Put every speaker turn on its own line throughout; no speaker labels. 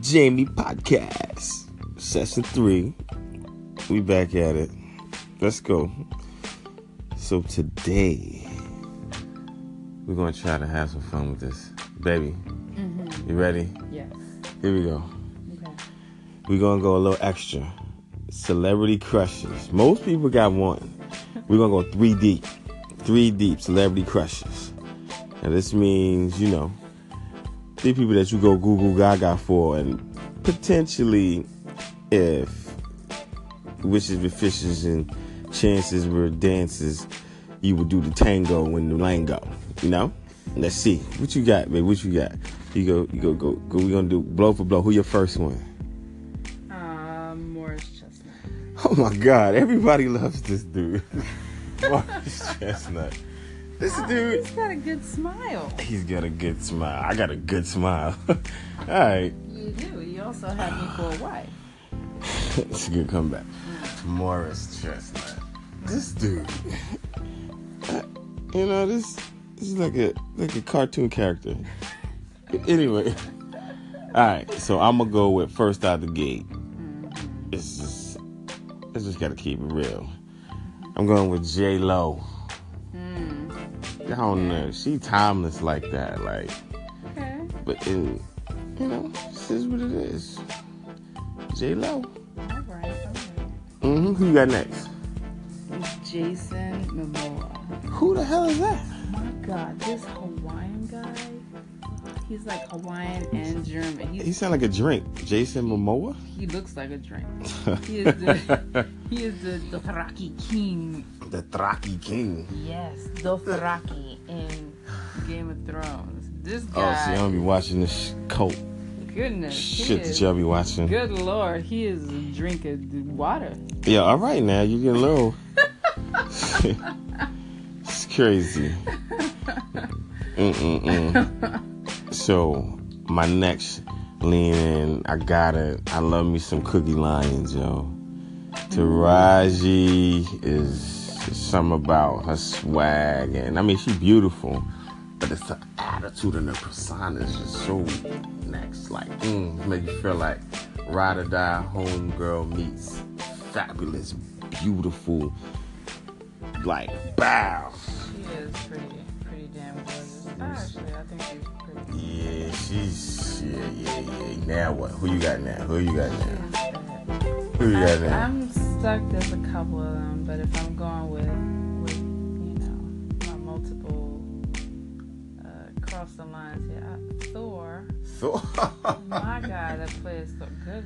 Jamie Podcast, session three. We back at it. Let's go. So today, we're gonna try to have some fun with this, baby. You ready?
Yes.
Here we go.
Okay.
We're gonna go a little extra. Celebrity crushes. Most people got one. We're gonna go three deep. Three deep celebrity crushes. Now this means, you know, three people that you go Google Gaga for and potentially if wishes were fishes and chances were dances, you would do the tango and the lango. You know? Let's see. What you got, baby? What you got? You go you go go go we gonna do blow for blow. Who your first one?
Um, Morris Chestnut.
Oh my God! Everybody loves this dude, Marcus Chestnut. This dude,
He's got a good smile.
he's got a good smile. I got a good smile. All right,
You do. You also had me for a wife.
it's a good comeback. Morris Chestnut. This dude, you know this. This is like a like a cartoon character. Anyway, all right. So I'm gonna go with first out the gate. This is. I just gotta keep it real. I'm going with J Lo. I don't know. She timeless like that. Like,
Okay.
but it, you know, this is what it is. J Lo.
All right. All
Mm-hmm. Who you got next?
right. Jason Momoa.
Who the hell is that?
My God, this Hawaiian guy. He's like Hawaiian and German.
He
He's,
sound like a drink. Jason Momoa.
he looks like a drink. He is the he is the Dothraki king.
the Thraki King.
Yes, Dothraki in Game of Thrones. This
Oh, see, I
guy,
don't be watching this cult
goodness, he
shit
is
that y'all be watching.
Good lord, he is drinking water.
Yeah, all right now you get a little. it's crazy. Mm-mm-mm. So my next lean in, I gotta. I love me some Cookie Lions, yo. Taraji is some about her swag, and I mean she's beautiful, but it's her attitude and her persona is just so next. Like, mm, make you feel like ride or die homegirl meets fabulous, beautiful, like bow.
She is pretty, pretty damn gorgeous. Actually, I think she's pretty.
Yeah, she's yeah, yeah, yeah. Now what? Who you got now? Who you got now? Who you got
I,
now?
I'm stuck. There's a couple of them, but if I'm going with, with you know, my multiple uh, cross the lines here, I, Thor.
Thor.
My guy that plays Thor. Good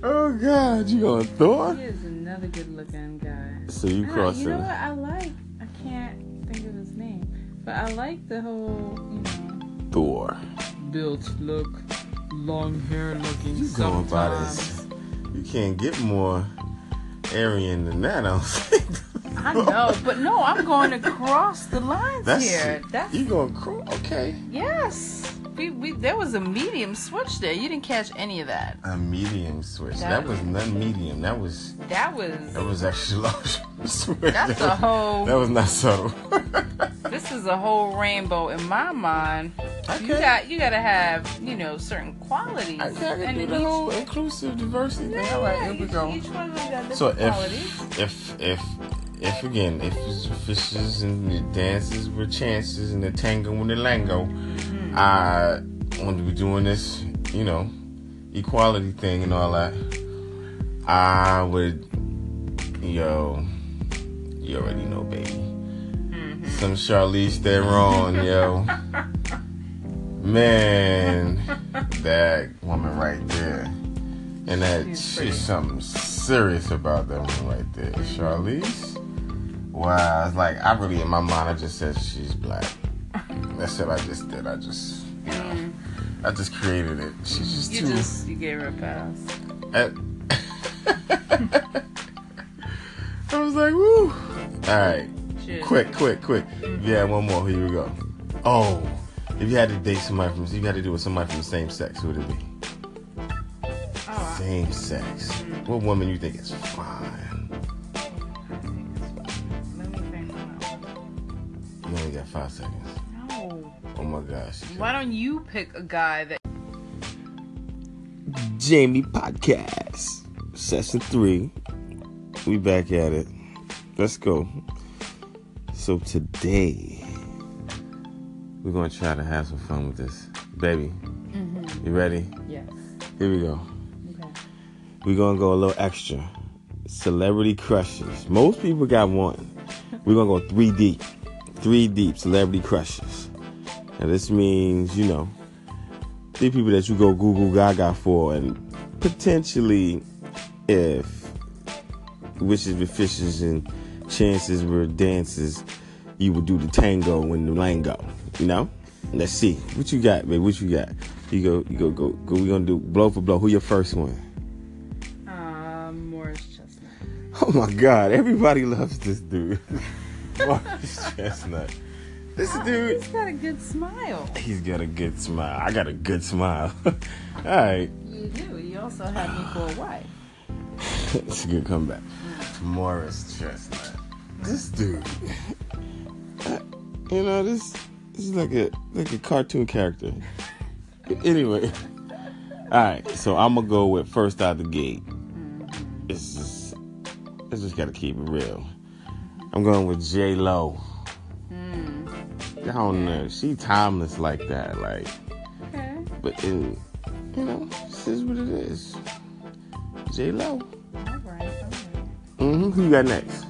lord.
oh God, you going Thor?
He is another good-looking guy.
So you
Ah,
crossing?
You know what I like? I can't think of his name, but I like the whole, you know.
Thor.
built look, long hair looking.
You going by this? You can't get more Aryan than that. I don't think.
I know, but no, I'm going to cross the lines
That's
here. That's
you going crawl? Okay.
yes. We, we there was a medium switch there. You didn't catch any of that.
A medium switch. That,
That-
was not medium. That was
That was
that was actually large switch.
that's
That was- That
a whole.
was not subtle.
This is a whole rainbow in my mind. You
Okay.
got you got to have you know certain qualities.
I gotta
And
do
in
the
each-
whole inclusive diversity
Yeah,
thing. All right, here we
each-
go.
Each one of them got different
So
qualities.
if if if if again if it's fishes and the dances with chances and the tango and the lango, I want to be doing this, you know, equality thing and all that. I would, yo, you already know, baby. Some Charlize Theron, yo. Man, that woman right there. And that
She's
she's,
pretty.
something serious about that woman right there. Charlize? Wow, it's like I really in my mind I just said she's black. That's what I just did. I just you know I just created it. She's just
You
too
just you gave her a pass.
I I was like, woo. Alright.
Cheers.
Quick, quick, quick. Yeah, one more. Here we go. Oh. If you had to date somebody from if you had to do with somebody from the same sex, who would it be?
Oh, I-
Same sex. What woman you think is fine?
Let me think on that one.
You only got five seconds.
No.
Oh my gosh.
Why don't you pick a guy that
Jamie Podcast. Session three. We back at it. Let's go. So today we're gonna try to have some fun with this. Baby,
Mm-hmm.
you ready?
Yes.
Here we go.
Okay.
We're gonna go a little extra. Celebrity crushes. Most people got one. We're gonna go three deep. Three deep celebrity crushes. Now this means, you know, three people that you go Google Gaga for and potentially if wishes were fishes and chances were dances, you would do the tango and the lango. You know? Let's see. What you got, baby? What you got? You go you go go go we gonna do blow for blow. Who your first one?
Um, Morris Chestnut.
Oh my God! Everybody loves this dude, Marcus Chestnut. This dude,
He's got a good smile.
he's got a good smile. I got a good smile. All right,
You do. You also had me for a wife.
it's a good comeback. Morris Chestnut. This dude, you know this. This is like a like a cartoon character. Anyway, all right. So I'm gonna go with first out the gate. This is. I just gotta keep it real. I'm going with J Lo.
Mm.
I don't know. She timeless like that, like.
Okay.
But it, you know, this is what it is. J Lo.
All right. All right.
Mm-hmm. Who you got next?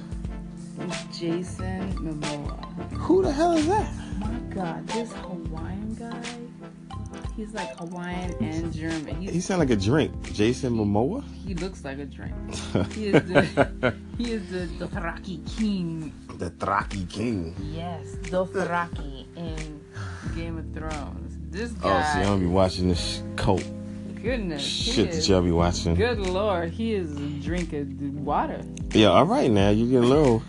Jason Momoa.
Who the hell is that?
My God, this Hawaiian guy. He's like Hawaiian and German. He's,
He sound like a drink. Jason Momoa.
he looks like a drink. He is the he is the Dothraki king.
the Thraki King.
Yes, Dothraki in Game of Thrones. This
Oh, see, I
guy,
don't be watching this cult
goodness, he
shit that
is,
y'all be watching.
good lord, he is drinking water.
Yeah, all right now you get low.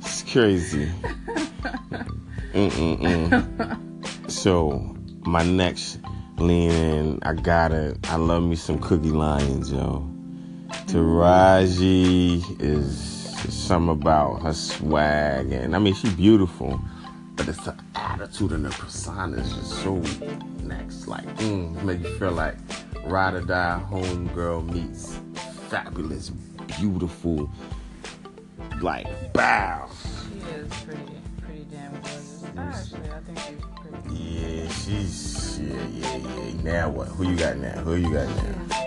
it's crazy. Mm-mm-mm. So my next lean in, I gotta. I love me some Cookie Lions, yo. Taraji is some about her swag, and I mean she beautiful, but it's her attitude and her persona is just so next. Like, mm, make you feel like ride or die homegirl meets fabulous, beautiful, like bow.
She is pretty, pretty damn gorgeous. Actually, I think she's pretty.
Yeah, she's yeah, yeah, yeah. Now what? Who you got now? Who you got now?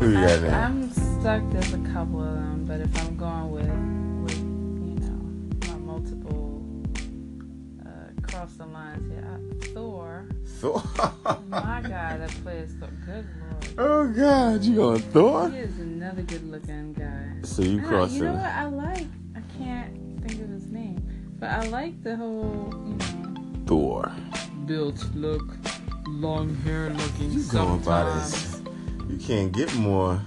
Who you got
I,
now?
I'm stuck. There's a couple of them, but if I'm going with, with you know, my multiple uh, cross the lines here, I, Thor.
Thor.
Oh My guy that plays Thor. Good lord.
oh God, you going Thor?
He is another good looking guy.
So you
And I-
crossing?
Ah, you know what I like? I can't think of his name. But I like the whole, you know,
Thor.
built look, long hair looking.
You going by this? You can't get more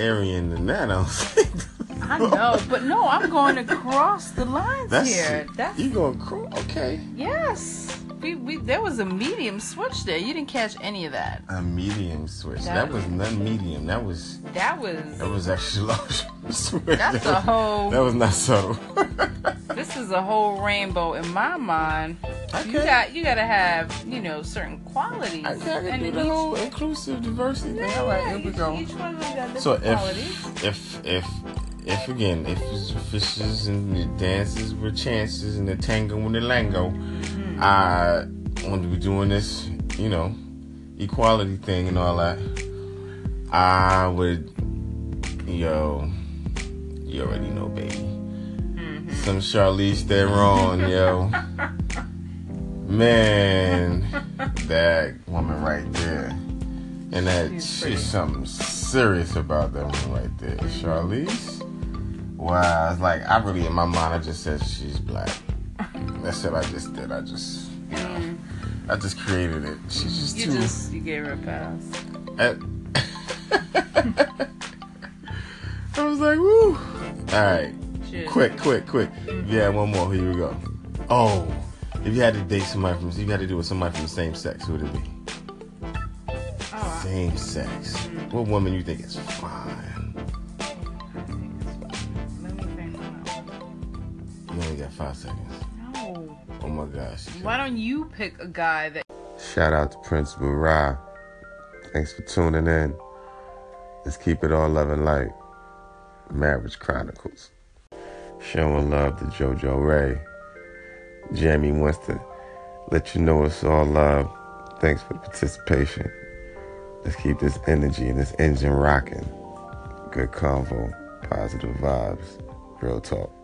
Aryan than that. I don't think.
I know, but no, I'm going to cross the lines
That's
here. That's
you going crawl? Okay.
yes. We, we there was a medium switch there. You didn't catch any of that.
A medium switch. That,
That-
was not medium. That was
That was
that was actually large switch.
that's a
that, was, that
whole.
was not subtle.
This is a whole rainbow in my mind. You
Okay.
got you got to have you know certain qualities.
I gotta
And
do
in
the
each-
whole inclusive diversity
Yeah,
thing. All right, here we
each-
go.
Each one of them got different
So
qualities.
if if if if again if it's fishes and the dances with chances and the tango and the lango, I want to be doing this, you know, equality thing and all that. I would, yo, you already know, baby.
Mm-hmm.
Some Charlize Theron, yo. Man, that woman right there. And that
She's
she's,
pretty.
something serious about that woman right there. Charlize? Wow, it's like I really in my mind I just said she's black. That's what I just did. I just you know I just created it. She's just
you
too
just you gave her a pass.
I I was like, woo. Alright.
Shit.
Quick, quick, quick. Yeah, one more. Here we go. Oh, if you had to date somebody from, if you had to do with somebody from the same sex, who would it be?
Oh, I-
Same sex. What woman you think is fine?
I think it's- Let me think. on that one.
You only got five seconds.
No.
Oh my gosh.
Why don't you pick a guy that
Shout out to Prince Barah. Thanks for tuning in. Let's keep it all love and light. Marriage Chronicles. Showing love to JoJo Ray. Jamie wants to let you know it's all love. Thanks for the participation. Let's keep this energy and this engine rocking. Good convo, positive vibes, real talk.